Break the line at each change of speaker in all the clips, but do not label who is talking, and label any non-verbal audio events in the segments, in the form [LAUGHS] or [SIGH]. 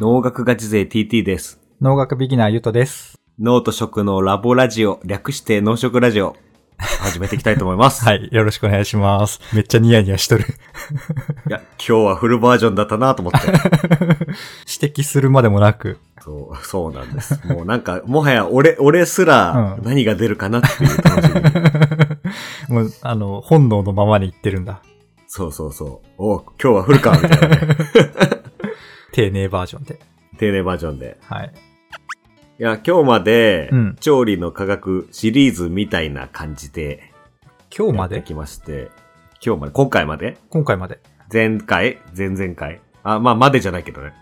農学ガチ勢 TT です。
農学ビギナーゆとです。
脳と食のラボラジオ、略して農食ラジオ、始めていきたいと思います。い。
い、よろしくお願いします。めっちゃニヤニヤしとる。
や、今日はフルバージョンだったなと思
[LAUGHS]
って。
[LAUGHS] 指摘するまでもなく。
そう、そうなんです。もうなんか、もはや俺、俺すら
うん
何が出るかなっていう楽
[LAUGHS]
しみ。
[LAUGHS] もう、あの、本能のままに言ってるんだ。
そうそうそう。お今日はフルか、みたいなね。
[LAUGHS] 丁寧バージョンで。
定例バージョンで。
はい。
いや、今日まで、
うん
調理の科学シリーズみたいな感じで、
今日
や
ま
って
で
きまして、今日まで、今回まで
今回まで。
前回前々回あ、まあ、までじゃないけど
[LAUGHS]
ね。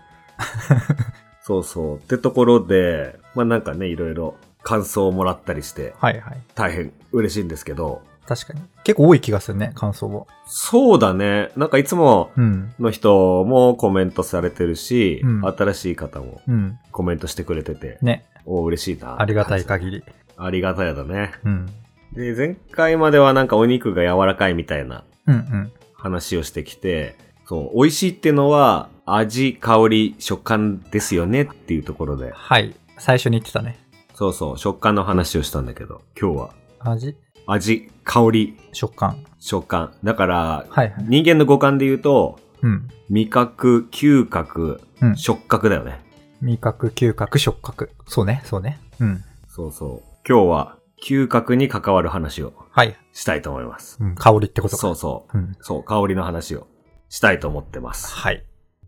そうそう。ってところで、まあなんかね、いろいろ感想をもらったりして、
はいはい。
大変嬉しいんですけど、
確かに。結構多い気がするね、感想は。
そうだね。なんかいつも
うん。
の人もコメントされてるし、
うん
新しい方も
うん。
コメントしてくれてて、
ね。
お嬉しいな。
ありがたい。限り。
ありがたいだね。
うん。
で、前回まではなんかお肉が柔らかいみたいな
うんうん。
話をしてきて、そう、美味しいってのは味、香り、食感ですよねっていうところで、
はい。最初に言ってたね。
そうそう、食感の話をしたんだけど、今日は
味、
味、香り、
食感。
食感。だから、
はいはい。
人間の五感で言うと、
うん。
味覚、嗅覚、
うん
触覚だよね。
味覚、嗅覚、触覚。そうね、そうね。うん。
そうそう。今日は嗅覚に関わる話を
はい。
したいと思います。
うん、香りってことか。
そうそう。
う。うん。
そう、香りの話をしたいと思ってます。
はい。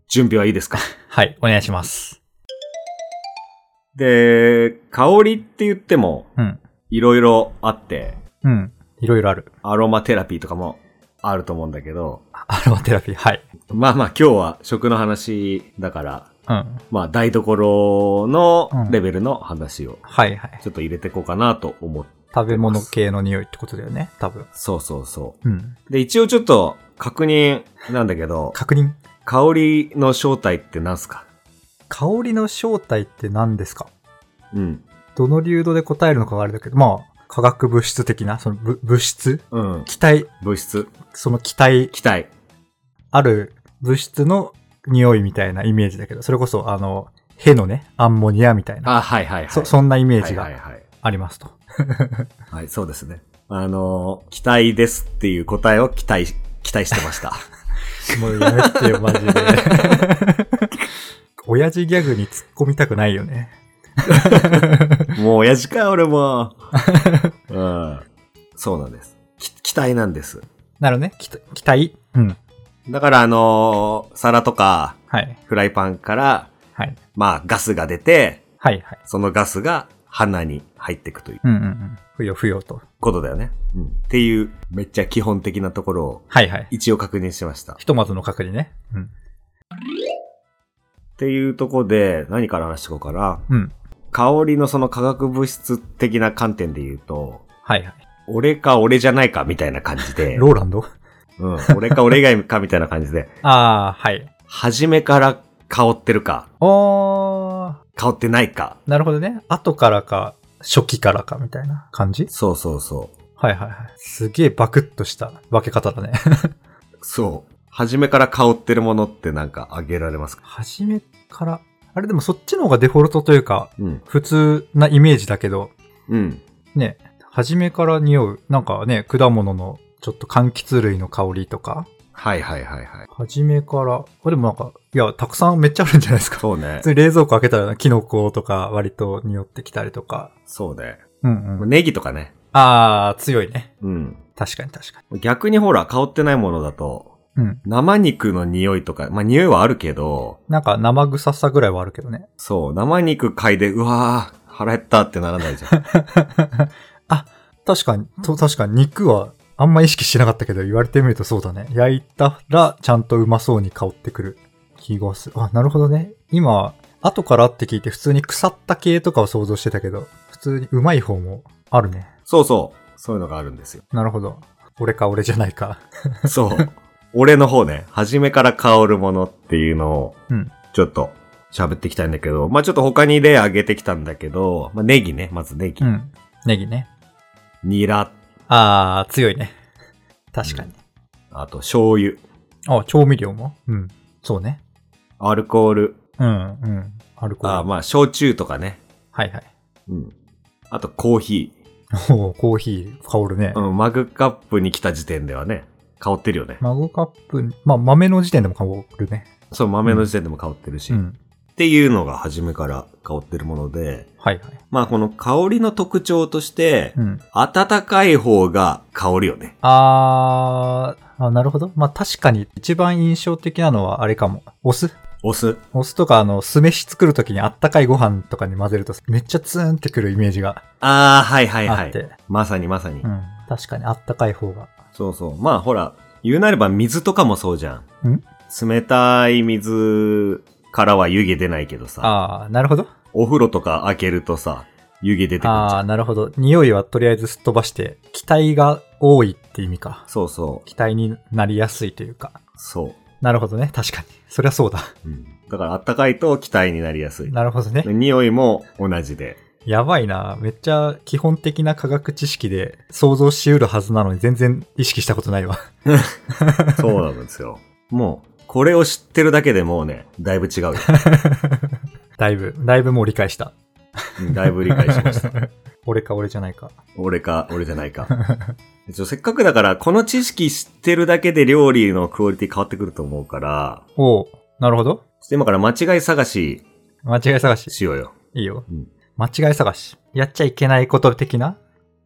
準備はいいですか [LAUGHS]
はい、お願いします。
で、香りって言っても、
うん。
いろいろあって、
うん。いろいろある。
アロマテラピーとかもあると思うんだけど、
アロマテラピー。はい。
まあまあ今日は食の話だから、
うん。
まあ台所のレベルの話を
はいはい。
ちょっと入れていこうかなと思って、
食べ物系の匂いってことだよね、多分。
そうそうそ
うん。
う。で、一応ちょっと確認なんだけど、
確認。
香りの正体って何すか
香りの正体って何ですか
うん。
どの流度で答えるのかがあれだけど、まあ、化学物質的な、そのぶ物質
うん。
気体、
物質、
その気体
気体。
ある物質の匂いみたいなイメージだけど、それこそ、あの、ヘのね、アンモニアみたいな。
あ、はいはいはい。
そ、そんなイメージ
はい
が
はいはい。
ありますと。
はい、そうですね。あのー期待ですっていう答えを期待し、期待してました。
もうやめてよ、マ [LAUGHS] ジで。親父ギャグに突っ込みたくないよね。
もう親父か、俺
[LAUGHS]
も。うん。そうなんです。き期待なんです。
なるほどね。期待期待。うん。
だから、あのー皿とか、
はい。
フライパンから、
はい。
まあ、ガスが出て、
はいはい。
そのガスが鼻に入っていくという
うんうんうん。不要不要と。
ことだよね。うん。っていう、めっちゃ基本的なところを、
はいはい。
一応確認しました。っ
ひとまずの確認ね。うん。
ていうところで、何から話していこうかな。
うん。
香りのその化学物質的な観点で言うと、
はいはい。
俺か俺じゃないかみたいな感じで、
[LAUGHS] ローランド
うん、俺か俺以外かみたいな感じで、
ああ、はい。
初めから香ってるか、
おー、
香ってないか。
なるほどね。後からか、初期からかみたいな感じ
そうそうそ
はいはいはい。すげえバクッとした分け方だね。
う。そう。初めから香ってるものってなんかあげられますか
[LAUGHS] 初めから。あれでもそっちの方がデフォルトというか、
うん。
普通なイメージだけど、
うん。
ね、初めから匂う、なんかね、果物のちょっと柑橘類の香りとか、
はいはいはいはい。
初めから、あ、でもなんか、いや、たくさんめっちゃあるんじゃないですか。 [LAUGHS]
そうね
普。通に冷蔵庫開けたら、キノコとか割と匂ってきたりとか。
そうね。
うんうん。
ネギとかね。
あー、強いね。
うん。
確かに確か
逆にほら、香ってないものだと、
に。うん。
生肉の匂いとか、まあ匂いはあるけど、
なんか生臭さぐらいはあるけどね。
そう、生肉嗅いで、うわー、腹減ったってならないじゃ [LAUGHS] ん。
[LAUGHS] あ、確かに、と確かに肉はあんま意識してなかったけど、言われてみるとそうだね。焼いたらちゃんとうまそうに香ってくる気がする。あ、なるほどね。今、後からって聞いて普通に腐った系とかを想像してたけど、普通にうまい方もあるね。
そうそう。そういうのがあるんですよ。
なるほど。俺か俺じゃないか。 [LAUGHS]
そう。俺の方ね、初めから香るものっていうのを、
うん。
ちょっと喋っていきたいんだけど、まあちょっと他に例挙げてきたんだけど、まあネギね、まずネギ。
うん。ネギね。
ニラ、
あー、強いね。確かに。
あと醤油、
あ、調味料もうん。そうね。
アルコール、
うん、うん。アルコール。
ああ、まあ、焼酎とかね。
はいはい。
うん。あと、コーヒ
おーコーヒー、香るね。
ー。うん、マグカップに来た時点ではね、香ってるよね。
マグカップ、まあ、豆の時点でも香るね。
そう、豆の時点でも香ってるし。
う
っ
ん。
ていうのが初めから香ってるもので、
はいはい。
まあ、この香りの特徴として、
うん。
暖かい方が香るよね。
あー、あなるほど。まあ、確かに一番印象的なのはあれかも。お酢
お酢。
お酢とか、あの、酢飯作るときにあったかいご飯とかに混ぜると、めっちゃツーンってくるイメージが
ああ、はいはい
あ
は
って。
い。まさにまさに。
うん。確かにあったかい方が。
そうそう。まあほら、言うなれば水とかもそうじゃん。
ん
冷たい水からは湯気出ないけどさ。
あー、なるほど。
お風呂とか開けるとさ、湯気出てくるじ
あ
ゃ
ー、
ん。
なるほど。匂いはとりあえずすっ飛ばして、気体が多いって意味か。
そうそう。
気体になりやすいというか。
そ
なるほどね。確かに。そりゃそうだ。
う。うん、だから暖かいと気体になりやすい。
[LAUGHS] なるほどね。
で匂いも同じで。
やばいな。めっちゃ基本的な科学知識で想像しうるはずなのに全然意識したことないわ。 [LAUGHS]
そうなんですよ。もう、これを知ってるだけでもうね、だいぶ
[LAUGHS]
違うよ。
だいぶ、だいぶもう理解した。
うんだいぶ理解しました。
俺か俺じゃないか。
俺か、俺じゃないか。 [LAUGHS] ちょせっかくだから、この知識知ってるだけで料理のクオリティ変わってくると思うから、
おうなるほど。
ちょっと今から間違い探し
間違い探し。
しようよ。
いいよ。
うん
間違い探し。やっちゃいけないこと的な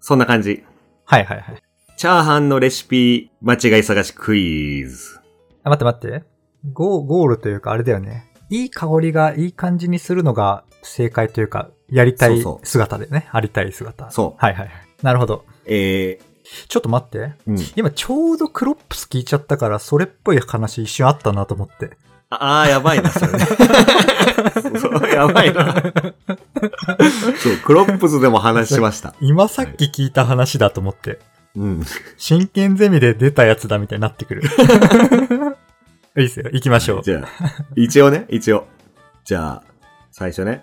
そんな感じ。
はいはいはい。
チャーハンのレシピ、間違い探しクイズ。
あ、待って待って。ゴー、ゴールというかあれだよね。いい香りがいい感じにするのが正解というか、やりたい
そうそう
姿でね。ありたい姿。
そう
はいはいはい。なるほど。
え
ちょっと待って。
ー、うん。
今ちょうどクロップス聞いちゃったから、それっぽい話一瞬あったなと思って。
ああー、やばいな、それ [LAUGHS] ね。そうやばいな。 [LAUGHS] そう、クロップスでも話しました。
今さっき聞いた話だと思って、
うん。
真剣ゼミで出たやつだみたいになってく [LAUGHS] る。いいっすよ。行きましょう。
じゃあ、一応ね、一応。じゃあ、最初ね、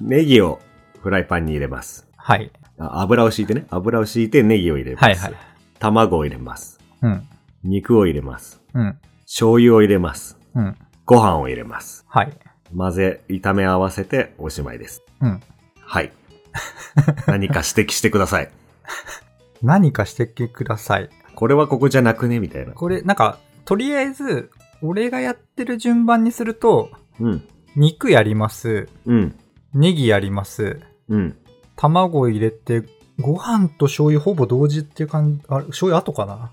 ネギをフライパンに入れます。
はい。
あ油を敷いてね、油を敷いてネギを入れます。
はいはい。
卵を入れます。
うん。
肉を入れます。
うん。
醤油を入れます。
うん。
ご飯を入れます。
はい。
混ぜ、炒め合わせておしまいです。
うん。
はい。 [LAUGHS] 何か指摘してください。
何かしてください。
これはここじゃなくねみたいな。
これ、なんか、とりあえず、俺がやってる順番にすると、
うん。
肉やります。
うん。
ネギやります。
うん。
卵入れて、ご飯と醤油ほぼ同時っていう感じ、あれ、醤油後かな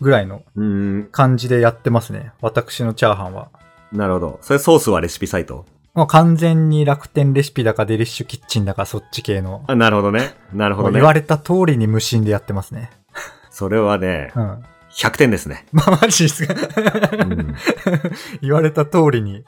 ぐらいの
うーん。
感じでやってますね。私のチャーハンは。
なるほど。それソースはレシピサイト
まあ、完全に楽天レシピだかデリッシュキッチンだかそっち系の。
あ、なるほどね。なるほ
も
ど
う
ね
言。われた通りに無心でやってますね。
それはね
う、ん。 [LAUGHS]
100点ですね。
まあ、マ
[LAUGHS]
ジですか。
うん、
言われた通りに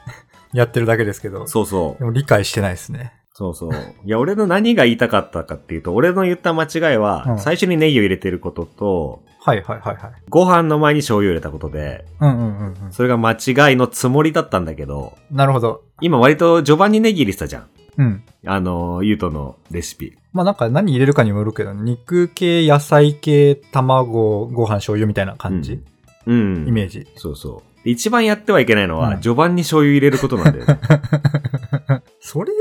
やってるだけですけど。
そうそ
で
う。
も理解してないですね。
そうそう。いや、俺の何が言いたかったかっていうと、俺の言った間違いは、
うん
最初にネギを入れてることと、
はいはいはいはい。
ご飯の前に醤油を入れたことで、
うんうんうんうん。
それが間違いのつもりだったんだけど、
なるほど。
今割と序盤にネギ入れてたじゃん。
うん。
あの、ゆうとのレシピ。
まあなんか何入れるかにもよるけど、肉系、野菜系、卵、ご飯、醤油みたいな感じ、
うん。うん、
イメージ。
そうそう。で一番やってはいけないのは、
うん
序盤に醤油入れることなんだよ
[LAUGHS]
ね。
それ、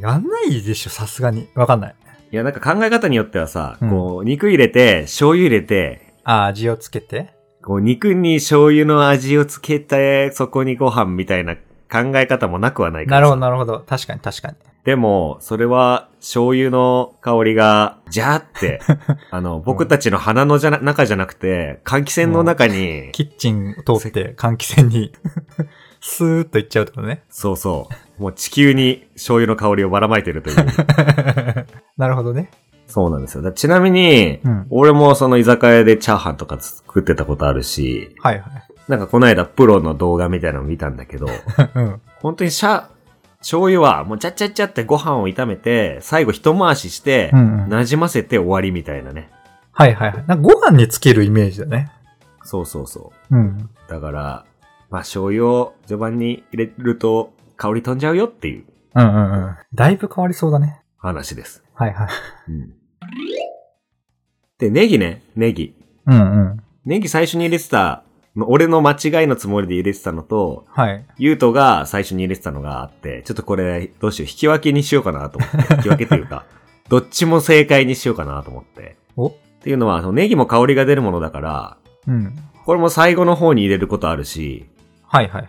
やんないでしょ、さすがに。わかんない。
いや、なんか考え方によってはさ、
うん
こう、肉入れて、醤油入れて、
あ、味をつけて。
こう、肉に醤油の味をつけて、そこにご飯みたいな考え方もなくはないから
なる
さ
ほど、なるほど。確かに、確かに。
でも、それは、醤油の香りが、ジャー
[LAUGHS]
って、あの、僕たちの鼻のじゃな中じゃなくて、換気扇の中に、
キッチンを通って換気扇に、 [LAUGHS] スーッといっちゃうってことね。
そうそう、もう地球に醤油の香りをばらまいてるという。
[LAUGHS] なるほどね。
そうなんですよ。だちなみに、
うん
俺もその居酒屋でチャーハンとか作ってたことあるし、
はいはい。
なんかこの間プロの動画みたいなの見たんだけ
[LAUGHS]
ど、
うん。
本当にシャ、醤油はもうちゃっちゃっちゃってご飯を炒めて、最後一回しして
う、ん、うん。はい
馴染ませて終わりみたいなね。
はいはい。なんかご飯につけるイメージだね。
そうそうそう。
うん。
だから、まあ、醤油を序盤に入れると香り飛んじゃうよっていう
うんうんうん。だいぶ変わりそうだね。
話です。
はいはい。
うん。で、ネギね、ネギ。
うんうん。
ネギ最初に入れてた俺の間違いのつもりで入れてたのと、
はい。
ゆうとが最初に入れてたのがあって、ちょっとこれどうしよう、引き分けにしようかなと思って。引き分けというか、どっちも正解にしようかなと思って。
お
っていうのは、そのネギも香りが出るものだから、
うん。
これも最後の方に入れることあるし、
はいはいはい。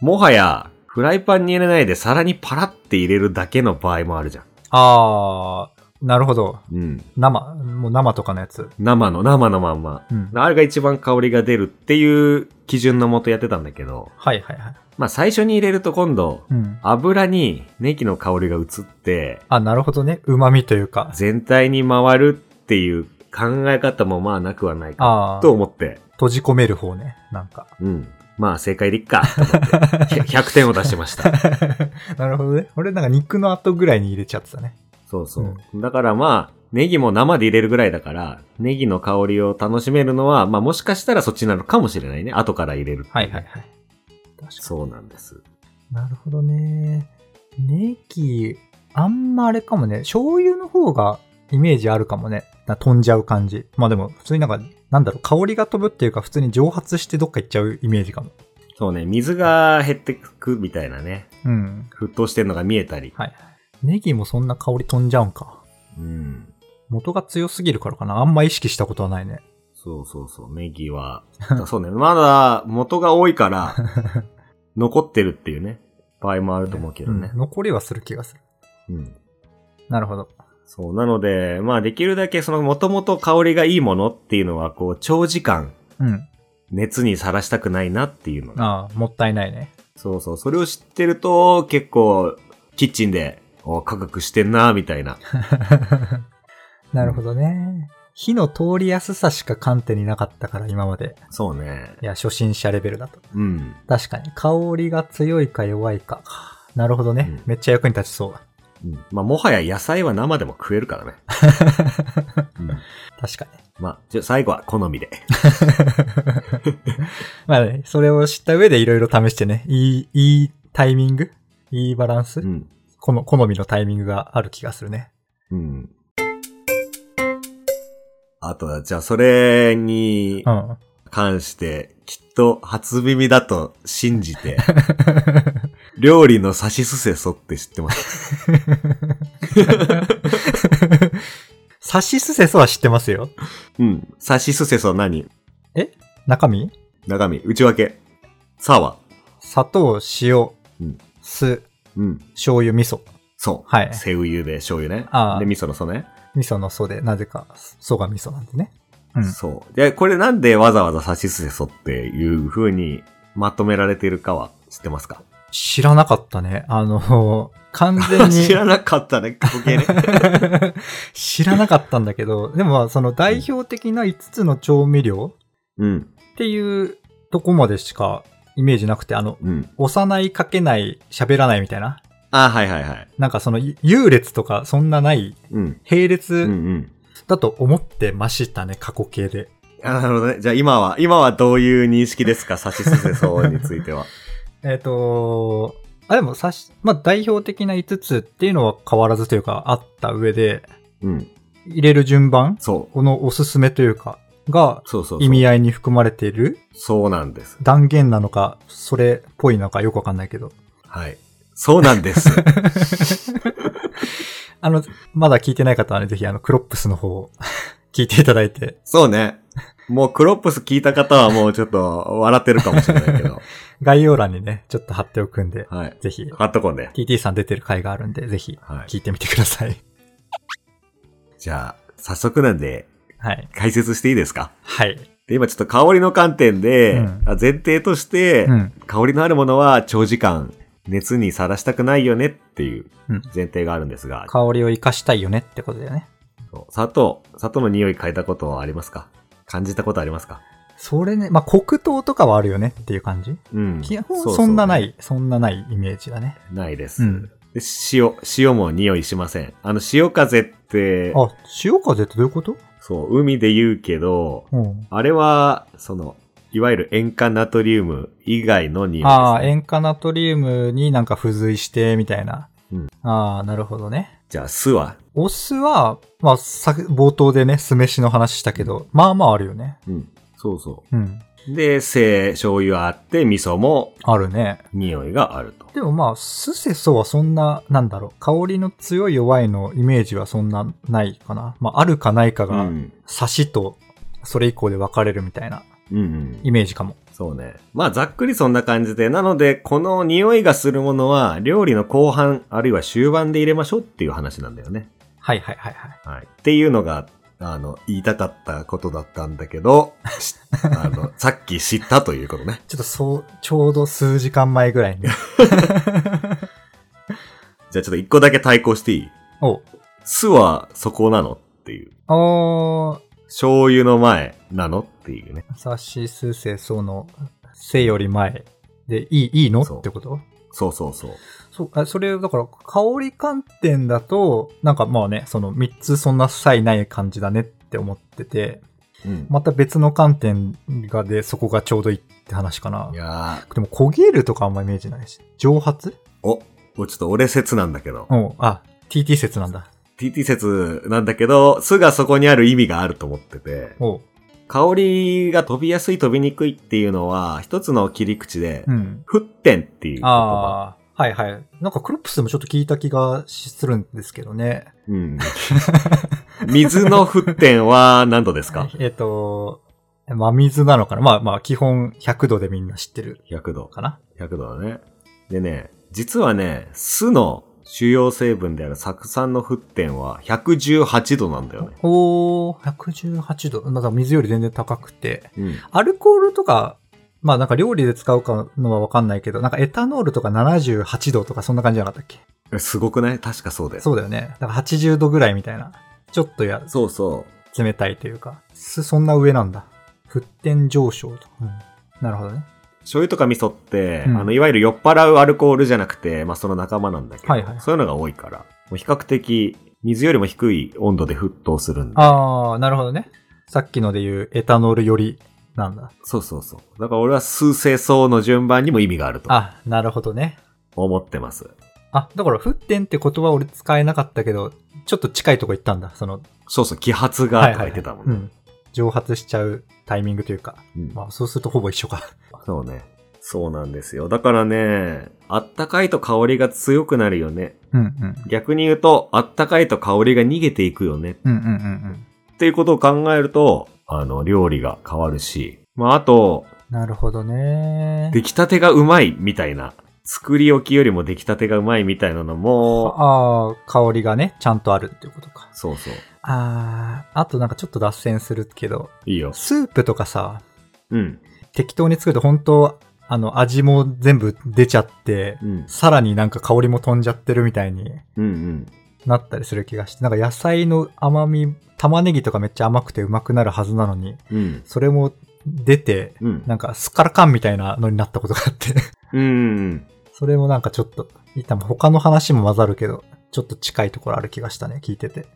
もはや、フライパンに入れないで皿にパラって入れるだけの場合もあるじゃん。
あー、なるほど。
うん。
生、もう生とかのやつ。
生の、生のまんま。
うん。
あれが一番香りが出るっていう基準のもとやってたんだけど、
はいはいはい。
まあ最初に入れると今度、
うん。
油にネギの香りが移って、
あ、なるほどね。旨味というか。
全体に回るっていう考え方もまあなくはないか
あ
と
ー、
思って、
閉じ込める方ね。なんか。
うん。まあ正解でいっか、と思って、100点を出しました。
[LAUGHS] なるほどね。俺なんか肉の後ぐらいに入れちゃってたね。
そうそう。だからまあ、ネギも生で入れるぐらいだから、ネギの香りを楽しめるのは、まあもしかしたらそっちなのかもしれないね。後から入れるってうね
はいはいはい。確かに。
そうなんです。
なるほどね。ネギ、あんまあれかもね。醤油の方がイメージあるかもね。な飛んじゃう感じ。まあでも、普通になんか、なんだろう、香りが飛ぶっていうか、普通に蒸発してどっか行っちゃうイメージかも。
そうね、水が減ってくみたいなね。
うん。
沸騰してるのが見えたり。
はい。ネギもそんな香り飛んじゃうんか。
うん。
元が強すぎるからかな。あんま意識したことはないね。
そうそうそう、ネギ
[LAUGHS]
は。だそうね、まだ元が多いから、残ってるっていうね、場合もあると思うけどね
うん。残りはする気がする。
うん。
なるほど。
そう、なので、まあできるだけその元々香りがいいものっていうのは、こう、長時間、
うん。
熱にさらしたくないなっていうのが。
ああ、もったいないね。
そうそう。それを知ってると、結構、キッチンで、お価格してんな、みたいな。
なるほどね。火の通りやすさしか観点になかったから、今まで。
そうね。
いや、初心者レベルだと。
うん。
確かに。香りが強いか弱いか。なるほどね。
うん
めっちゃ役に立ちそう。
うん、まあ、もはや野菜は生でも食えるからね。うん、
確かに。 [LAUGHS]
まあ、じゃあ最後は好みで。
まあね、それを知った上でいろいろ試してね。いい、いいタイミングいいバランス、
うん。
この、好みのタイミングがある気がするね。
うん。あとは、じゃあそれに
うん。
関して、きっと初耳だと信じて、料理のサシスセソって知ってます。
サシスセソは知ってますよ。
うん。サシスセソ何
中身
中身、内訳。サワ。
砂糖、塩、
うん
酢、
うん。
醤油、味噌。
そう。
はい
セウユで醤油ね。
あー
で、味噌の素ね。
味噌の素で、なぜか、素が味噌なんでね。うん
そう。で、これなんでわざわざサシスセソっていう風にまとめられているかは知ってますか
知らなかったね。あの、完全に。
[LAUGHS] 知らなかったね、過去形ね。
[LAUGHS] 知らなかったんだけど、でもまあその代表的な5つの調味料
うん。
っていうとこまでしかイメージなくて、あの、
うん。
押さない、かけない、喋らないみたいな。
あ、はいはいはい。
なんかその優劣とかそんなない、
うん。う
並
んう
列
ん。
だと思ってましたね、過去形で。
あなるほどね。じゃあ今は、今はどういう認識ですか、サシスセソについては。
えっ、とあ、でもさし、まあ代表的な5つっていうのは変わらずというかあった上で、
うん。
入れる順番、
そう。
このおすすめというか、が
そうそうそう。
意味合いに含まれている
そうなんです。
断言なのか、それっぽいのかよくわかんないけど。
はい。そうなんです。
あの、まだ聞いてない方はね、ぜひあの、クロップスの方を [LAUGHS] 聞いていただいて、
そうね。もうクロップス聞いた方はもうちょっと笑ってるかもしれない
[LAUGHS]
けど。
概要欄にね、ちょっと貼っておくんで、
はい。
ぜひ、
貼っとこうね。
TT さん出てる回があるんで、ぜひ、
はい。
聞いてみてください。
じゃあ、早速なんで、
はい。
解説していいですか
はい。
で今ちょっと香りの観点で、
うん
あ前提として、
うん。
香りのあるものは長時間熱にさらしたくないよねっていう
うん
前提があるんですが、
香りを活かしたいよねってことだよね。
そう砂糖、砂糖の匂い嗅いだことはありますか感じたことありますか
それね、まあ、黒糖とかはあるよねっていう感じ
うん。
基
う
本
う
そんなな。い、そんなないイメージだね。
ないです、
うん。
で塩、塩も匂いしません。あの、潮風って、
あ、潮風ってどういうこと
そう、海で言うけど、
うん。
あれは、その、いわゆる塩化ナトリウム以外の匂いです、ね。
ああ、塩化ナトリウムになんか付随して、みたいな。
うん
ああ、なるほどね。
じゃあ、酢は
お酢は、まあ、さ冒頭でね、酢飯の話したけど、まあまああるよね。
うん。そうそう。
うん。
で、生醤油あって、味噌も
あるね。
匂いがあると。
でもまあ、スセソはそんな、なんだろう、香りの強い弱いのイメージはそんなないかな。まあ、あるかないか
う
が、
ん。
差しと、それ以降で分かれるみたいな
うんうん。
イメージかも。
そうね。まあ、ざっくりそんな感じで。なので、この匂いがするものは、料理の後半、あるいは終盤で入れましょうっていう話なんだよね。
はいはいはいはい。
はい。っていうのが、あの、言いたかったことだったんだけど、
[LAUGHS]
しあの、さっき知ったということね。
ちょっとそう、ちょうど数時間前ぐらいに。
じゃあちょっと一個だけ対抗していい
[LAUGHS] お
酢はそこなのっていう。
あ
醤油の前なのっていうね。
ー、サシスセソの、せより前でいい、いいの
そう
ってこと
そうそうそう。
そう、あそれ、だから、香り観点だと、なんかまあね、その3つそんな差異ない感じだねって思ってて、
うん。。
また別の観点がで、そこがちょうどいいって話かない
やー、
でも焦げるとかあんまイメージないし。蒸発
お、おちょっと俺説なんだけど。
うん。あ、TT 説なんだ。
TT 説なんだけど、酢がそこにある意味があると思ってて、
おう。
香りが飛びやすい飛びにくいっていうのは、一つの切り口で、
うん。
沸点っていう言葉。
ああ、はいはい。なんかクロップスでもちょっと聞いた気がするんですけどね。
うん。水の沸点は何度です
[LAUGHS]
か
えっ、と、真水なのかなまあまあ、基本100度でみんな知ってる
?100 度。
かな
100度だね。でね、実はね、酢の主要成分である酢酸の沸点は118度なんだよね。
おー、118度。なんか水より全然高くて。
うん。
アルコールとか、まあなんか料理で使うかのはわかんないけど、なんかエタノールとか78度とかそんな感じじゃなかったっけ
えすごくない確かそうだよ。
そうだよね。だから80度ぐらいみたいな。ちょっとや、
そうそう。
冷たいというか。すそんな上なんだ。沸点上昇と。うん。なるほどね。
醤油とか味噌って、
うん
あの、いわゆる酔っ払うアルコールじゃなくて、まあその仲間なんだけど、
はいはい
そういうのが多いから、もう比較的水よりも低い温度で沸騰するんで。
あー、なるほどね。さっきので言うエタノールよりなんだ。
そうそうそう。だから俺は数清層の順番にも意味があると
あ、なるほどね。
思ってます。
あ、だから沸点って言葉俺使えなかったけど、ちょっと近いとこ行ったんだ。その、
そうそう、揮発がとか言ってたもんね。
うん。蒸発しちゃうタイミングというか。
うん
まあそうするとほぼ一緒か。
そうね。そうなんですよ。だからね、あったかいと香りが強くなるよね。
うんうん。
逆に言うと、あったかいと香りが逃げていくよね。
うんうんうんうん。
っていうことを考えると、あの、料理が変わるし、まあ、あと、
なるほどね。
出来たてがうまいみたいな、作り置きよりも出来たてがうまいみたいなのも、
ああ、香りがね、ちゃんとあるっていうことか。
そうそう。
あー、あとなんかちょっと脱線するけど、
いいよ。
スープとかさ、
うん。
適当に作ると本当あの、味も全部出ちゃって、
うん。
さらになんか香りも飛んじゃってるみたいに
うんうん。
なったりする気がして、なんか野菜の甘み、玉ねぎとかめっちゃ甘くてうまくなるはずなのに、
うん。
それも出て、
うん。
なんかスカラカンみたいなのになったことがあって、 [LAUGHS]
うん。
それもなんかちょっと、多分他の話も混ざるけど、ちょっと近いところある気がしたね、聞いてて。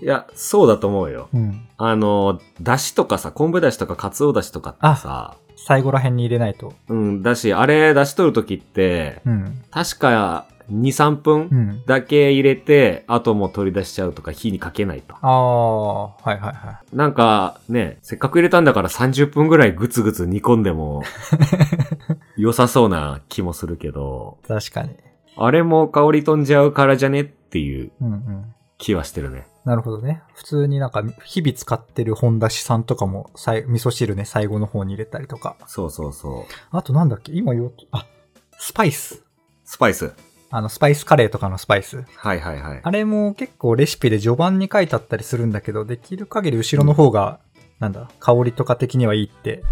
いや、そうだと思うよ。
うん。
あの、だしとかさ、昆布だしとか、かつおだしとかってさ、
最後ら辺に入れないと。
うん、だし、あれ出し取るときって、
うん。
確か2、3
う
分
ん。
だけ入れて、あともう取り出しちゃうとか火にかけないと。
ああ、はいはいはい。
なんかね、せっかく入れたんだから30分ぐらいぐつぐつ煮込んで
[LAUGHS]
も良さそうな気もするけど、
確かに。
あれも香り飛んじゃうからじゃねっていう
うんうん。
気はしてるね。
なるほどね。普通になんか、日々使ってる本だしさんとかも、さい味噌汁ね、最後の方に入れたりとか。
そうそうそう。
あとなんだっけ今言おうと、あ、スパイス。
スパイス。
あの、スパイスカレーとかのスパイス。
はいはいはい。
あれも結構レシピで序盤に書いてあったりするんだけど、できる限り後ろの方が、なんだ、香りとか的にはいいって、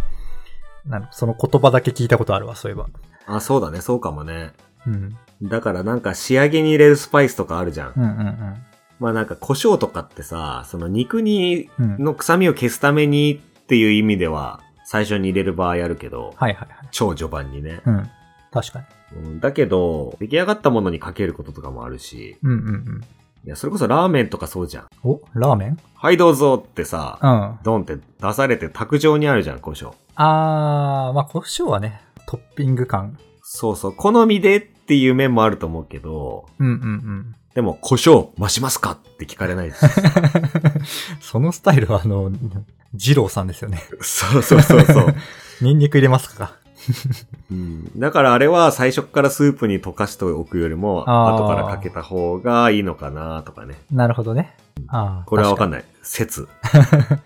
なんだその言葉だけ聞いたことあるわ、そういえば。
あ、そうだね、そうかもね。
うん。
だからなんか仕上げに入れるスパイスとかあるじゃん
うん。うん
まあなんか胡椒とかってさ、その肉に
うん。うん。
の臭みを消すためにっていう意味では最初に入れる場合あるけど、
はいはいはい。
超序盤にね。
うん。確かに。
うんだけど、出来上がったものにかけることとかもあるし、
うんうんうん。
いや、それこそラーメンとかそうじゃん。
お、ラーメン
はい、どうぞってさ、
うん。
ドンって出されて卓上にあるじゃん、胡椒。
あー、まあ、胡椒はね、トッピング感。
そうそう、好みでっていう面もあると思うけど、
うんうんうん。 [LAUGHS]
でも、胡椒増しますかって聞かれないし。
そのスタイルは、あの、二郎さんですよね。
そうそうそうそう。
ニンニク入れますか。
うんだからあれは最初からスープに溶かしておくよりも、
あー
後からかけた方がいいのかなとかね。
なるほどね。ああ。
これはわかん
ない。
ない。
[LAUGHS]
説。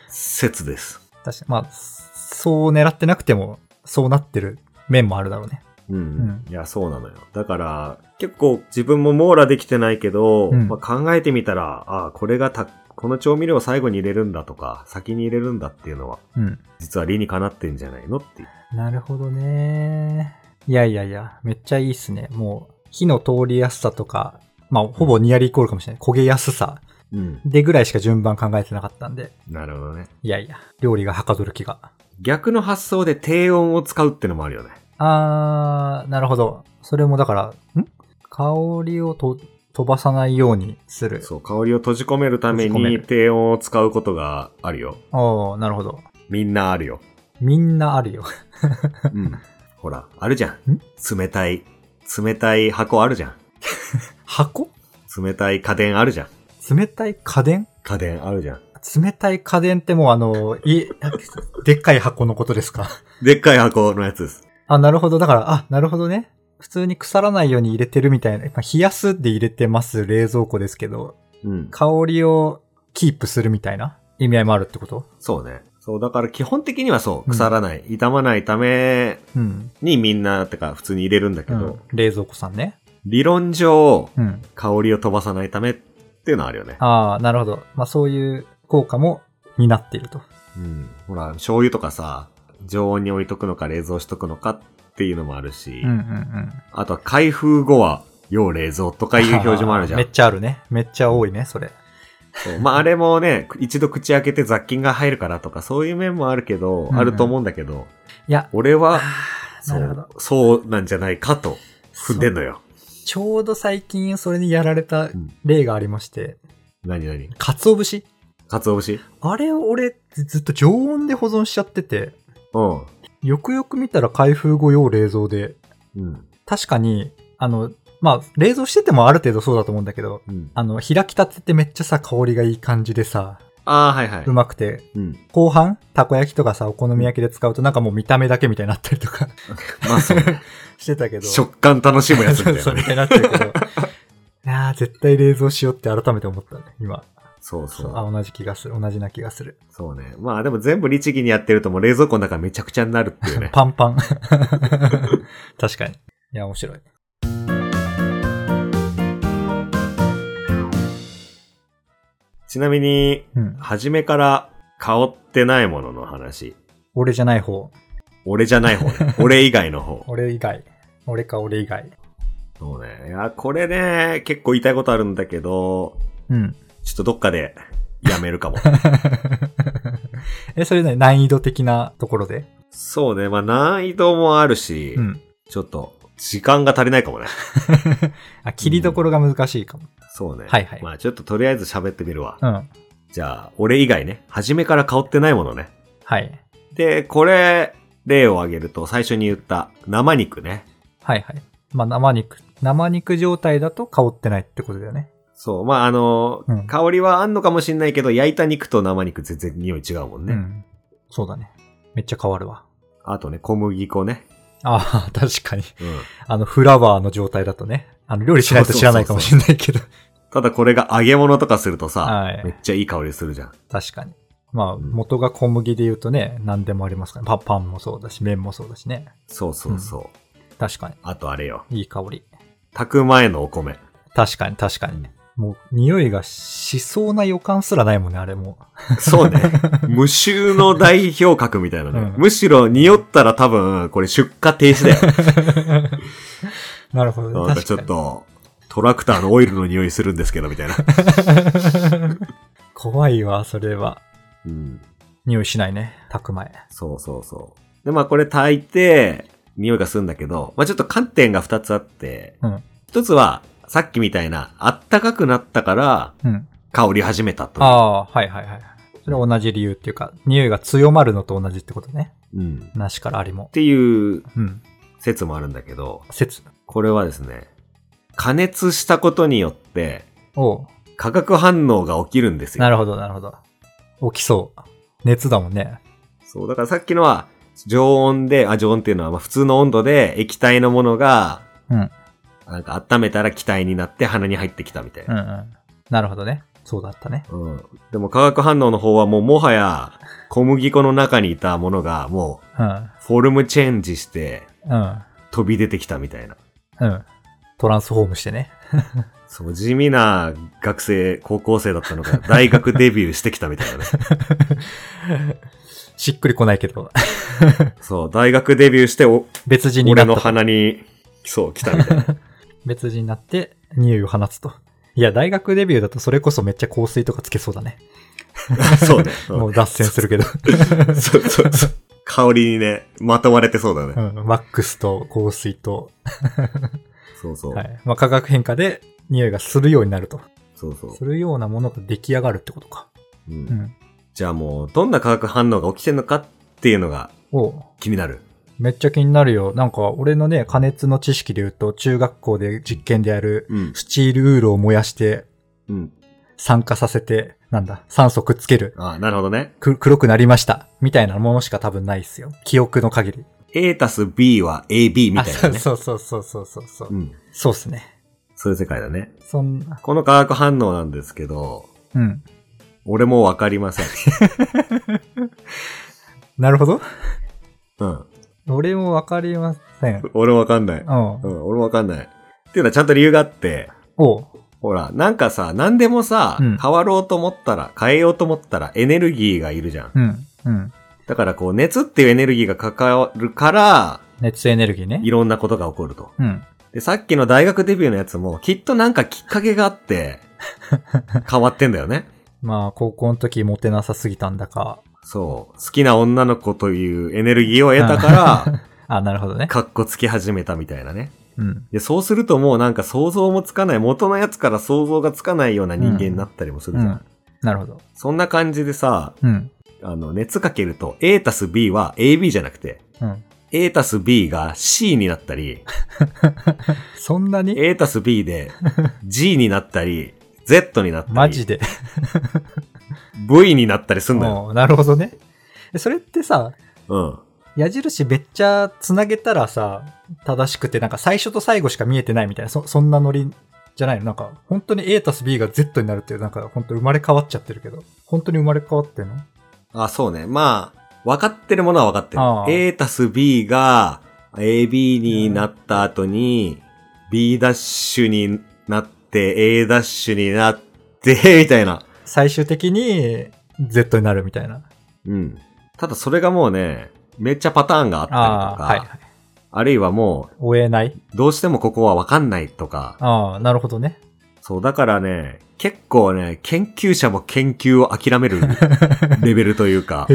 説です。
確かに。まあ、そう狙ってなくても、そうなってる面もあるだろうね。
うん、
ん
いや、そうなのよ。だから、結構自分も網羅できてないけど、
うん
まあ、考えてみたら、ああ、これがた、この調味料を最後に入れるんだとか、先に入れるんだっていうのは、
うん。
実は理にかなってんじゃないのっていう。
なるほどね。いやいやいや、めっちゃいいっすね。もう、火の通りやすさとか、まあ、ほぼニアリーイコールかもしれない。焦げやすさ
うん。
でぐらいしか順番考えてなかったんで。
なるほどね。
いやいや、料理がはかどる気が。
逆の発想で低温を使うってのもあるよね。
あー、なるほど。それもだから、ん香りをと飛ばさないようにする。
そう、香りを閉じ込めるため
閉じ込め
に
る
低温を使うことがあるよ。
おー、なるほど。
みんなある
[LAUGHS]
よ。
みんなあるよ。
うん。ほら、あるじゃ
ん
ん。冷たい、冷たい箱あるじゃん。
箱
冷たい家電あるじゃん。
冷たい家電
家電あるじゃん。
冷たい家電ってもうあの、い、でっかい箱のことですか [LAUGHS]
でっかい箱のやつです。
あ、なるほど。だから、あ、なるほどね。普通に腐らないように入れてるみたいな。まあ、冷やすで入れてます冷蔵庫ですけど、
うん。
香りをキープするみたいな意味合いもあるってこと
そうね。そう、だから基本的にはそうう、
ん
腐らない、傷まないため
うん。
にみんな、てか普通に入れるんだけ
う
ど、
ん、冷蔵庫さんね。
理論上、
うん。
香りを飛ばさないためっていうのはあるよね。
ああ、なるほど。まあそういう効果も担っていると。
うん。ほら、醤油とかさ、常温に置いとくのか冷蔵しとくのかっていうのもあるし、
うんうん [LAUGHS] うん。
あとは開封後は、要冷蔵とかいう表示もあるじゃ [LAUGHS]
めっ
ん。
ちゃあるね。めっちゃ多いね、それ。
そうまああれもね、一度口開けて雑菌が入るからとかそういう面もあるけど、
うん
あると思うんだけど、
いや、
俺は、
あー
そ
なるほ
う
ど。、
そうなんじゃないかと踏んでんのよ。
そうちょうど最近それにやられた
ん
例がありまして、
何何
鰹節
かつお節
あれを俺ずっと常温で保存しちゃってて、
うん。
よくよく見たら開封後用冷蔵で、
うん。
確かに、あの、まあ、冷蔵しててもある程度そうだと思うんだけど、
うん。
あの、開きたてってめっちゃさ、香りがいい感じでさ、。
ああ、はいはいう
まくて、
うん。
後半、たこ焼きとかさ、お好み焼きで使うとなんかもう見た目だけみたいになったりとか [LAUGHS]
まあそう。
してたけど。
食感楽しむやつみたい
[LAUGHS] そ
な
う
ね
み。たいになってるけど。いやー、絶対冷蔵しようって改めて思ったね、今。
そうそ
そう
う。
あ、同じ気がする。同じな気がする。
そうね。まあでも全部律儀にやってるともう冷蔵庫の中めちゃくちゃになるっていうね。
パ
[LAUGHS]
ンパン。確かに。いや、面白い。
ちなみに、
うん。
初めから香ってないものの話。
俺じゃない方。
俺じゃない方
[LAUGHS]
ね。俺以外の方。
俺以外。俺か俺以外。
そうね。いや、これね、結構言いたいことあるんだけど、
うん。 [LAUGHS]
ちょっとどっかでやめるかも。
え、それね、難易度的なところで。
そうね。まあ難易度もあるし、
うん。
ちょっと時間が足りないかもね。
あ、切りどころが難しいかも。
[LAUGHS] そうね。
はいはい
まあちょっととりあえず喋ってみるわ。
うん。
じゃあ、俺以外ね、初めから香ってないものね。
はい。
で、これ、例を挙げると最初に言った生肉ね。
はいはい。まあ、生肉。生肉状態だと香ってないってことだよね。
そう。まあ、あの、
うん
香りはあんのかもしんないけど、焼いた肉と生肉全然匂い違うもんね。
うん。そうだね。めっちゃ変わるわ。
あとね、小麦粉ね。
ああ、確かに。
うん。
あの、フラワーの状態だとね。あの、料理しないと知らないかもしれないけど。
ただこれが揚げ物とかするとさ、
はい
めっちゃいい香りするじゃん。
確かに。まあ、
うん
元が小麦で言うとね、何でもありますから、パパンもそうだし、麺もそうだしね。
そうそうそう。
確か
あとあれよ。
に。いい香り。
炊く前のお米。
確かに、確かに。もう、匂いがしそうな予感すらないもんね、あれも。
そう
[LAUGHS]
ね。無臭の代表格みたいなね。
うん
むしろ匂ったら多分、これ出荷停
[LAUGHS]
止だよ。
なるほど、
なん
ね。
か
確
ち
か
ょ
に
っと、トラクターのオイルの匂いするんですけど、みたい
[LAUGHS]
な。
怖いわ、それは。
うん。
匂いしないね。炊く前。
そうそうそう。で、まあこれ炊いて、匂いがするんだけど、まあちょっと観点が2つあって、
うん
1つは、さっきみたいな、あったかくなったから、
うん。
香り始めたという。
ああー、はいはいはい。それは同じ理由っていうか、匂いが強まるのと同じってことね。
うん。っ
なしからありも。
ていう
うん。
説もあるんだけど、
説。
これはですね、加熱したことによって、
おう
化学反応が起きるんですよ。
なるほど、なるほど。起きそう。熱だもんね。
そう、だからさっきのは、常温で、あ、常温っていうのは、まあ、普通の温度で液体のものが、
うん。
なんか温めたら気体になって鼻に入ってきたみたい
うん
な。
うん。なるほどね。そうだったね。
うん。でも化学反応の方はもうもはや、小麦粉の中にいたものがもう、
うん。
フォルムチェンジして、
うん。
飛び出てきたみたいな。
うん。トランスフォームしてね。
そう、地味な学生、高校生だったの
[LAUGHS]
が、大学デビューしてきたみたいなね。
しっくりこないけど、 [LAUGHS]
そう、大学デビューして、お、
別人にな
俺
っ
の
た。
鼻に、そう、来たみたいな。
別人になって、匂いを放つと。いや、大学デビューだとそれこそめっちゃ香水とかつけそうだね。
[LAUGHS] そうね。うん
もう脱線する [LAUGHS] けど。
そうそうそう。香りにね、まとわれてそうだね。
うん。マックスと香水と、
そうそう。
はい。まあ、化学変化で匂いがするようになると。
そうそう
す。るようなものが出来上がるってことか。
う、
うんん。
じゃあもう、どんな化学反応が起きてるのかっていうのが
おう
気になる。
めっちゃ気になるよ。なんか、俺のね、加熱の知識で言うと、中学校で実験でやる、
うん。
スチールウールを燃やして、
うん。
酸化させて、なんだ、酸素くっつける。
あなるほどね。
く黒くなりました。みたいなものしか多分ないっすよ。記憶の限り。
A たす B は AB みたいな
あ
ね。
そうそうそうそうそうそう。
うん。
そうっすね。
そういう世界だね。
そんな。
この化学反応なんですけど、
うん。
俺もわかりません。
なるほど。
うん。
俺もわかりません。
俺わかんない。
うん
う。ん、俺もわかんない。っていうのはちゃんと理由があって、
おう。
ほら、なんかさ、何でもさ、
うん
変わろうと思ったら、変えようと思ったらエネルギーがいるじゃん。
うん。うん。
だからこう、熱っていうエネルギーが関わるから、
熱エネルギーね
い。ろんなことが起こると。
うん。
で、さっきの大学デビューのやつも、きっとなんかきっかけがあ
[LAUGHS]
って、変わってんだよね。
まあ、高校の時モテなさすぎたんだか。
そう。好きな女の子というエネルギーを得た
[LAUGHS]
から、
あ、なるほどね。
かっこつき始めたみたいなね。
うん。
で、そうするともうなんか想像もつかない、元のやつから想像がつかないような人間になったりもする
う
じゃん。
ん。なるほど。
そんな感じでさ、
うん。
あの、熱かけると A たす B は AB じゃなくて、
うん。
A たす B が C になったり、
そんなに
A たす B で G になったり、Z になったり、
マジで。
V になったりすんのよ。
おうなるほどね。えそれってさ、
うん。
矢印めっちゃ繋げたらさ、正しくて、なんか最初と最後しか見えてないみたいな、そそんなノリじゃないのなんか、本当に A たす B が Z になるっていう、なんか本当生まれ変わっちゃってるけど、本当に生まれ変わってんの
あ、そうね。まあ、分かってるものは分かってる
あ。あ
A たす B が AB になった後に、B ダッシュになって、A ダッシュになって、 [LAUGHS] みたいな。
最終的に Z になるみたいな。
うん。ただそれがもうね、めっちゃパターンがあったり
ああ、
とか、
はいはい。
あるいはも
追えない。
う、どうしてもここは分かんないとか、
ああ、なるほどね。
そう、だからね、結構ね、研究者も研究を諦め
[LAUGHS]
るレベルというか
へ、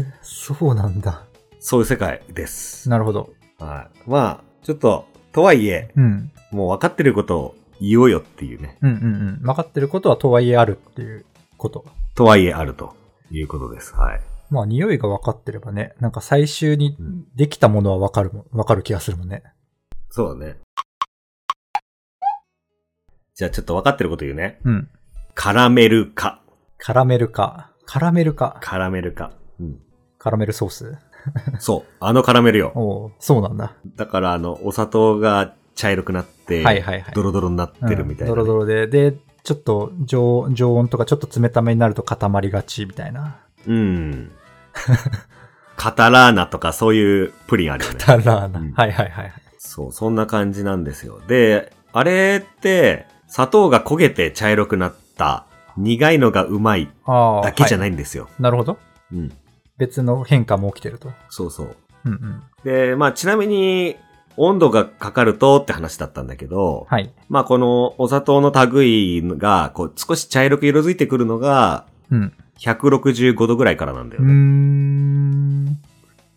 え、そうなんだ。
そういう世界です。
なるほど。
はい。まあ、ちょっと、とはいえ、
うん。
もう分かってることを言おうよっていうね。
うんうんうん。分かってることはとはいえあるっていうこと。
とはいえあるということです。はい。
まあ匂いが分かってればね、なんか最終にできたものは分かるもん、分かる気がするもんね。
そうだね。じゃあちょっと分かってること言うね。
うん。
カラメル化。
カラメルか。カラメルか。
カラメル化。うん。
カラメルソース。
そう。あのカラメルよ。
おうそうなんだ。
だからあの、お砂糖が茶色くなって、
はいはいはい。
ドロドロになってるみたいな、
うんドロドロで。で、ちょっと常常温とかちょっと冷ためになると固まりがちみたいな。
うん。カタラーナとかそういうプリンあるよね。
だらーな、
うん
はいはいはいはい。
そう、そんな感じなんですよ。で、あれって、砂糖が焦げて茶色くなった、苦いのがうまい
ああ。、
だけじゃないいんですよ。
なるほど。
うん。
別の変化も起きてると。
そうそう。
うんうん。
で、まあちなみに、温度がかかるとって話だったんだけど、
はい。
まあこのお砂糖の類が、こう少し茶色く色づいてくるのが、
うん。
165度ぐらいからなんだ
う
よ
ー
ね。
ん。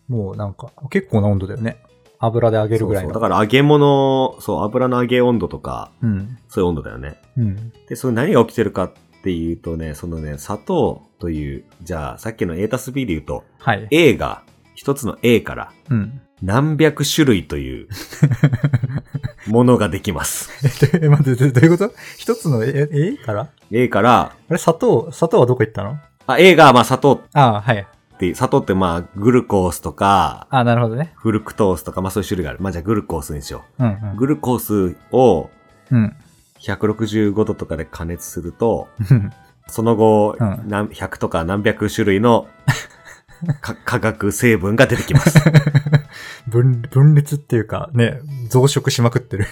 もうなんか、結構な温度だよね。油で揚げるぐらい
そう
の。
そうだから揚げ物、そう、油の揚げ温度とか、
うん。
そういう温度だよね。
うん。
で、それ何が起きてるかっていうとね、そのね、砂糖という、じゃあさっきの A たす B で言うと、
はい。
A が、一つの A から
うん。
何百種類というものができます。
え、待って、どどういうこと一つの、え、えから
A から、
あれ、砂糖、砂糖はどこ行ったの
あ、A がまあ砂糖
ああ、はい。
ってっていう、砂糖ってまあ、グルコースとか、
あ、なるほどね。
フルクトースとか、まあそういう種類がある。まあじゃあグルコースにしよ
うん
う。グルコースを
うん。うん。
165度とかで加熱すると、
うん
その後、
うん
何100とか何百種類のか [LAUGHS] 化学成分が出てきます。
[LAUGHS] [LAUGHS] 分、分裂っていうか、ね、増殖しまくってる。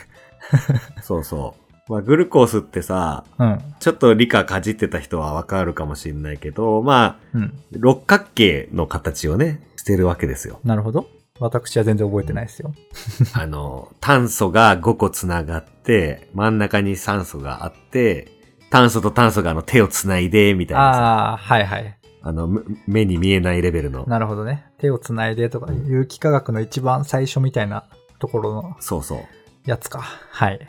そうそう。まあグルコースってさ、
うん。
ちょっと理科かじってた人はわかるかもしれないけど、まあ、
うん。
六角形の形をね、してるわけ
[LAUGHS]
ですよ。
なるほど。私は全然覚えてないですよ。
あの、炭素が5個つながって、真ん中に酸素があって、炭素と炭素があの手をつないで、みたいなさ、
ああ、はいはい。
あの、む目に見えないレベルの。
なるほどね。手をつないでとか、有機化学の一番最初みたいなところの
そうそう。
やつか。はい。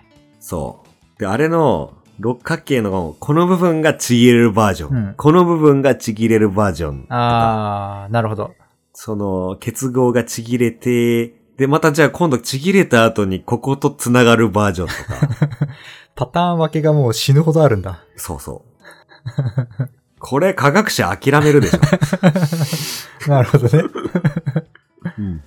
そう。で、あれの、六角形のこの部分がちぎれるバージョン。
うん
この部分がちぎれるバージョンとか、
ああ、なるほど。
その結合がちぎれて、で、またじゃあ今度ちぎれた後にこことつながるバージョンとか。
パターン分けがもう死ぬほどあるんだ。
そうそう。これ科学者諦めるでしょ。
なるほど [LAUGHS] ね。
うん。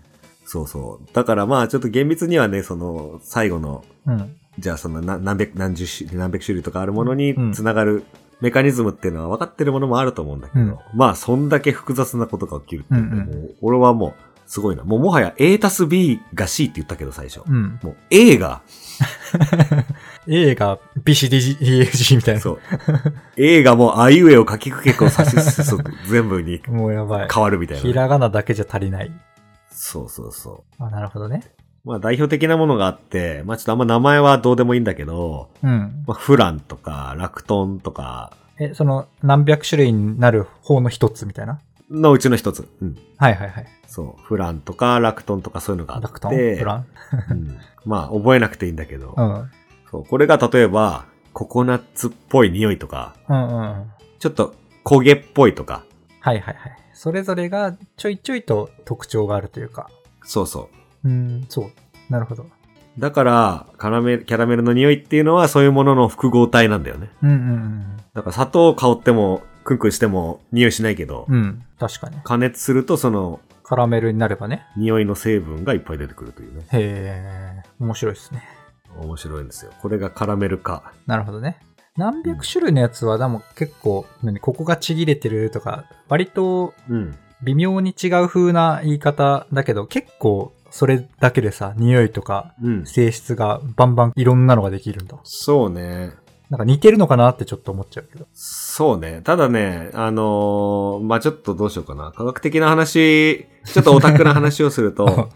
そうそう。だからまあちょっと厳密にはね、その最後の、
うん。
じゃあそのな何百、何十種、何百種類とかあるものに
うん
つながるメカニズムっていうのは分かってるものもあると思うんだけど、
うん
まあそんだけ複雑なことが起きるって、
うんうん
もう俺はもうすごいな。もうもはや A たす B が C って言ったけど最初。
うん。
もう A が、
A が BCDEFG みたいな。 [LAUGHS]
そう。A がもうあいうえを書きくけこを指しす全部に
もうやばい。
変わるみたい
[LAUGHS] ひ
な。
らがなだけじゃ足りない。
そうそうそ
あ、なるほどね。
う。まあ代表的なものがあって、まあちょっとあんま名前はどうでもいいんだけど、
うん。
まあ、フランとか、ラクトンとか
え、その、何百種類になる方の一つみたいな。
のうちの一つ。うん。
はいはいはい。
そう。フランとか、ラクトンとかそういうのがあって。
ラクトンプラン
うんまあ、覚えなくていいんだけど。
うん。うん
そう。これが例えば、ココナッツっぽい匂いとか、
うんうん。
ちょっと焦げっぽいとか。
はいはいはい。それぞれがちょいちょいと特徴があるというか。
そうそう
ーん、そう。なるほど。
う。だから、カラメル、キャラメルの匂いっていうのはそういうものの複合体なんだよね。
うんうん
だから砂糖を香っても、クンクンしても匂いしないけど、
うん。うん。確かに。
加熱するとその
カラメルになればね。
匂いの成分がいっぱい出てくるというね。
へえ、面白いですね。
面白いんですよ。これがカラメル化。
なるほどね。何百種類のやつは、でも結構、何ここがちぎれてるとか、割と
うん。
微妙に違う風な言い方だけど、結構それだけでさ、匂いとか
うん。
性質がバンバンいろんなのができるんだ。
そうね。
なんか似てるのかなってちょっと思っちゃうけど。
そうね。ただね、あのーまあ、ちょっとどうしようかな。科学的な話、ちょっとオタクな話をする
[LAUGHS]
と、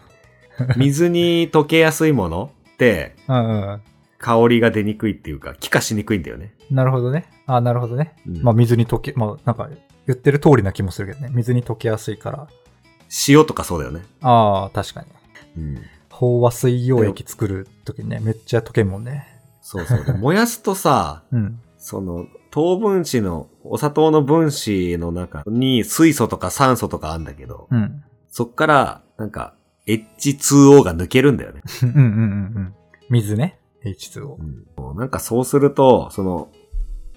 水に溶けやすいものって、
うんうん。
香りが出にくいっていうか、気化しにくいんだよね。
なるほどね。あなるほどね。
うん
まあ水に溶け、まあなんか言ってる通りな気もするけどね。水に溶けやすいから。
塩とかそうだよね。
ああ、確かに。
うん。
飽和水溶液作るときにね、めっちゃ溶けんもんね。
そうそう。
[LAUGHS]
で燃やすとさ、
うん。
その、糖分子の、お砂糖の分子の中に水素とか酸素とかあんだけど、
うん。
そっから、なんか、H2O が抜けるんだよね。
うんうんうんうん。水ね。H2O。
うんなんかそうすると、その、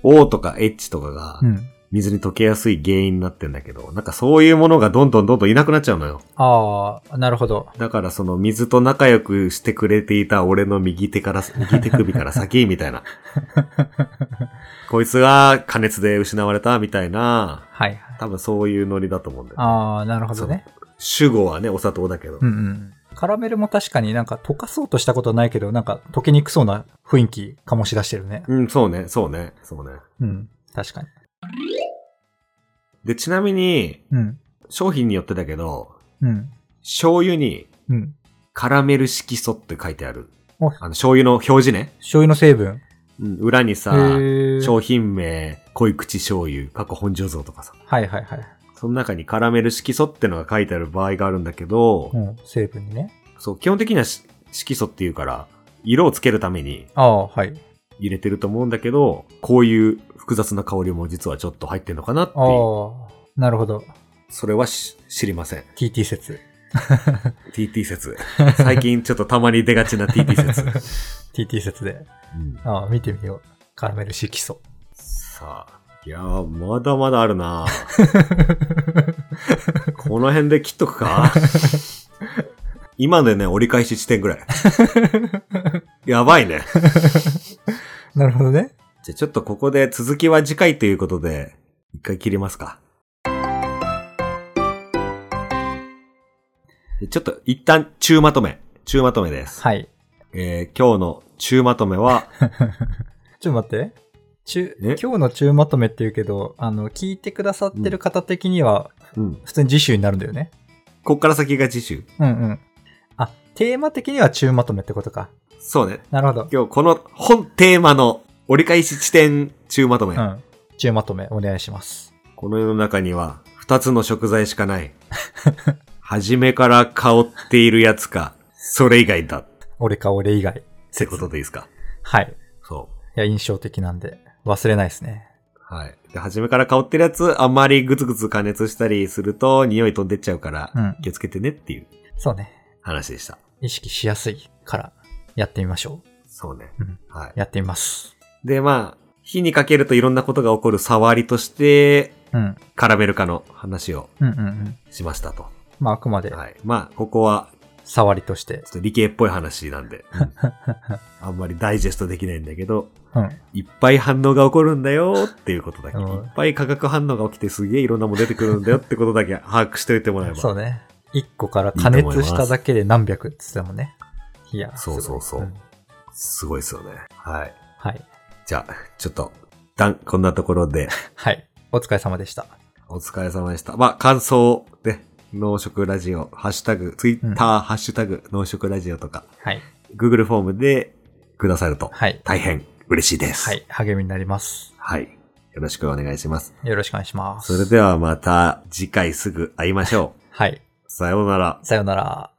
O とか H とかが
うん。
水に溶けやすい原因になってんだけど、なんかそういうものがどんどんどんどんいなくなっちゃうのよ。
ああ、なるほど。
だからその水と仲良くしてくれていた俺の右手
[LAUGHS]
から、右手首から先みたいな。こいつが加熱で失われたみたいな、
はいはい。
多分そういうノリだと思うんだよ。
ああ、なるほどね。
主語はね、お砂糖だけど。
うんうん。カラメルも確かになんか溶かそうとしたことはないけど、なんか溶けにくそうな雰囲気醸し出してるね。
うん、そうね、そうね、そうね。
うん。確かに。
で、ちなみに、
うん。
商品によってだけど、
うん。
醤油に
うん。
カラメル色素って書いてある。
お
あの、醤油の表示ね。
醤油の成分。
うん、裏に
へ
さ、
ー
商品名、濃口醤油、過去本醸造とかさ。
はいはいはい。
その中にカラメル色素ってのが書いてある場合があるんだけど、
うん。成分にね。
そう、基本的にはし色素っていうから、色をつけるために
ああ、はい。
入れてると思うんだけど、こういう複雑な香りも実はちょっと入ってんのかなってい
ああ
う。、
なるほど。
それはし知りません。
TT 説。
TT 説。 [LAUGHS] 最近ちょっとたまに出がちな TT 説。
TT 説で。
うん
ああ、見てみよう。カラメル色素。 [LAUGHS]
さあ。いやー、まだまだあるなぁ
確
この辺で切っとくか
[LAUGHS]
今でね、折り返し地点ぐ
[LAUGHS]
らい。やばいね。
なるほどね。
じゃあちょっとここで続きは次回ということで、一回切りますか。でちょっと一旦中まとめ。中まとめです。
はい。
えー今日の中まとめ
[LAUGHS]
は、
ちょっと待って。中、
え
今日の中まとめって言うけど、あの、聞いてくださってる方的には、
うん、
普通に次週になるんだよね。
こっから先が次週。
うんうん。あ、テーマ的には中まとめってことか。
そうね。
なるほど。
今日この本テーマの折り返し地点中まとめ。
うん。中まとめお願いします。
この世の中には二つの食材しかない。初めから香っているやつか、それ以外だ。っ
俺か俺以外。
てことでいいですか
はい。
そ
いや、印象的なんで、忘れないですね。
う。はい。で、初めから香ってるやつ、あんまりぐつぐつ加熱したりすると匂い飛んでっちゃうから、
うん
気をつけてねっていう
そうね。
話でした。
意識しやすいから、やってみましょ
そうね。
うん
はい。
う。やってみます。
で、まあ、火にかけるといろんなことが起こる触りとして、
うん。
カラメル化の話を
うんうんうん。
しましたと。
まあ、あくまで、
はい。まあ、ここは、
触りとして
ちょ。っと理系っぽい話なんで、
[LAUGHS]
うんあんまりダイジェストできないんだけど、
うん。
いっぱい反応が起こるんだよっていうことだけ。いっ
うん
ぱい化学反応が起きてすげえいろんなもん出てくるんだよってことだけ把握しておいてもらえば。
そうね。一個から加熱しただけで何百って言ってたもんね。いや、
そうそうそう
すごいん
すごいですよね。はい。
はい。
じゃあ、ちょっと、一旦こんなところ
[LAUGHS]
で
はい。お疲れ様でした。
お疲れ様でした。まあ、感想で、農食ラジオ、ハッシュタグ、ツイッター、ハッシュタグ、農食ラジオとか、
はい。
Google フォームでくださると、
はい。
大変嬉しいです。
はい。励みになります。
はい。よろしくお願いします。
よろしくお願いします。
それではまた次回すぐ会いましょう。
はい。
さようなら。
さようなら。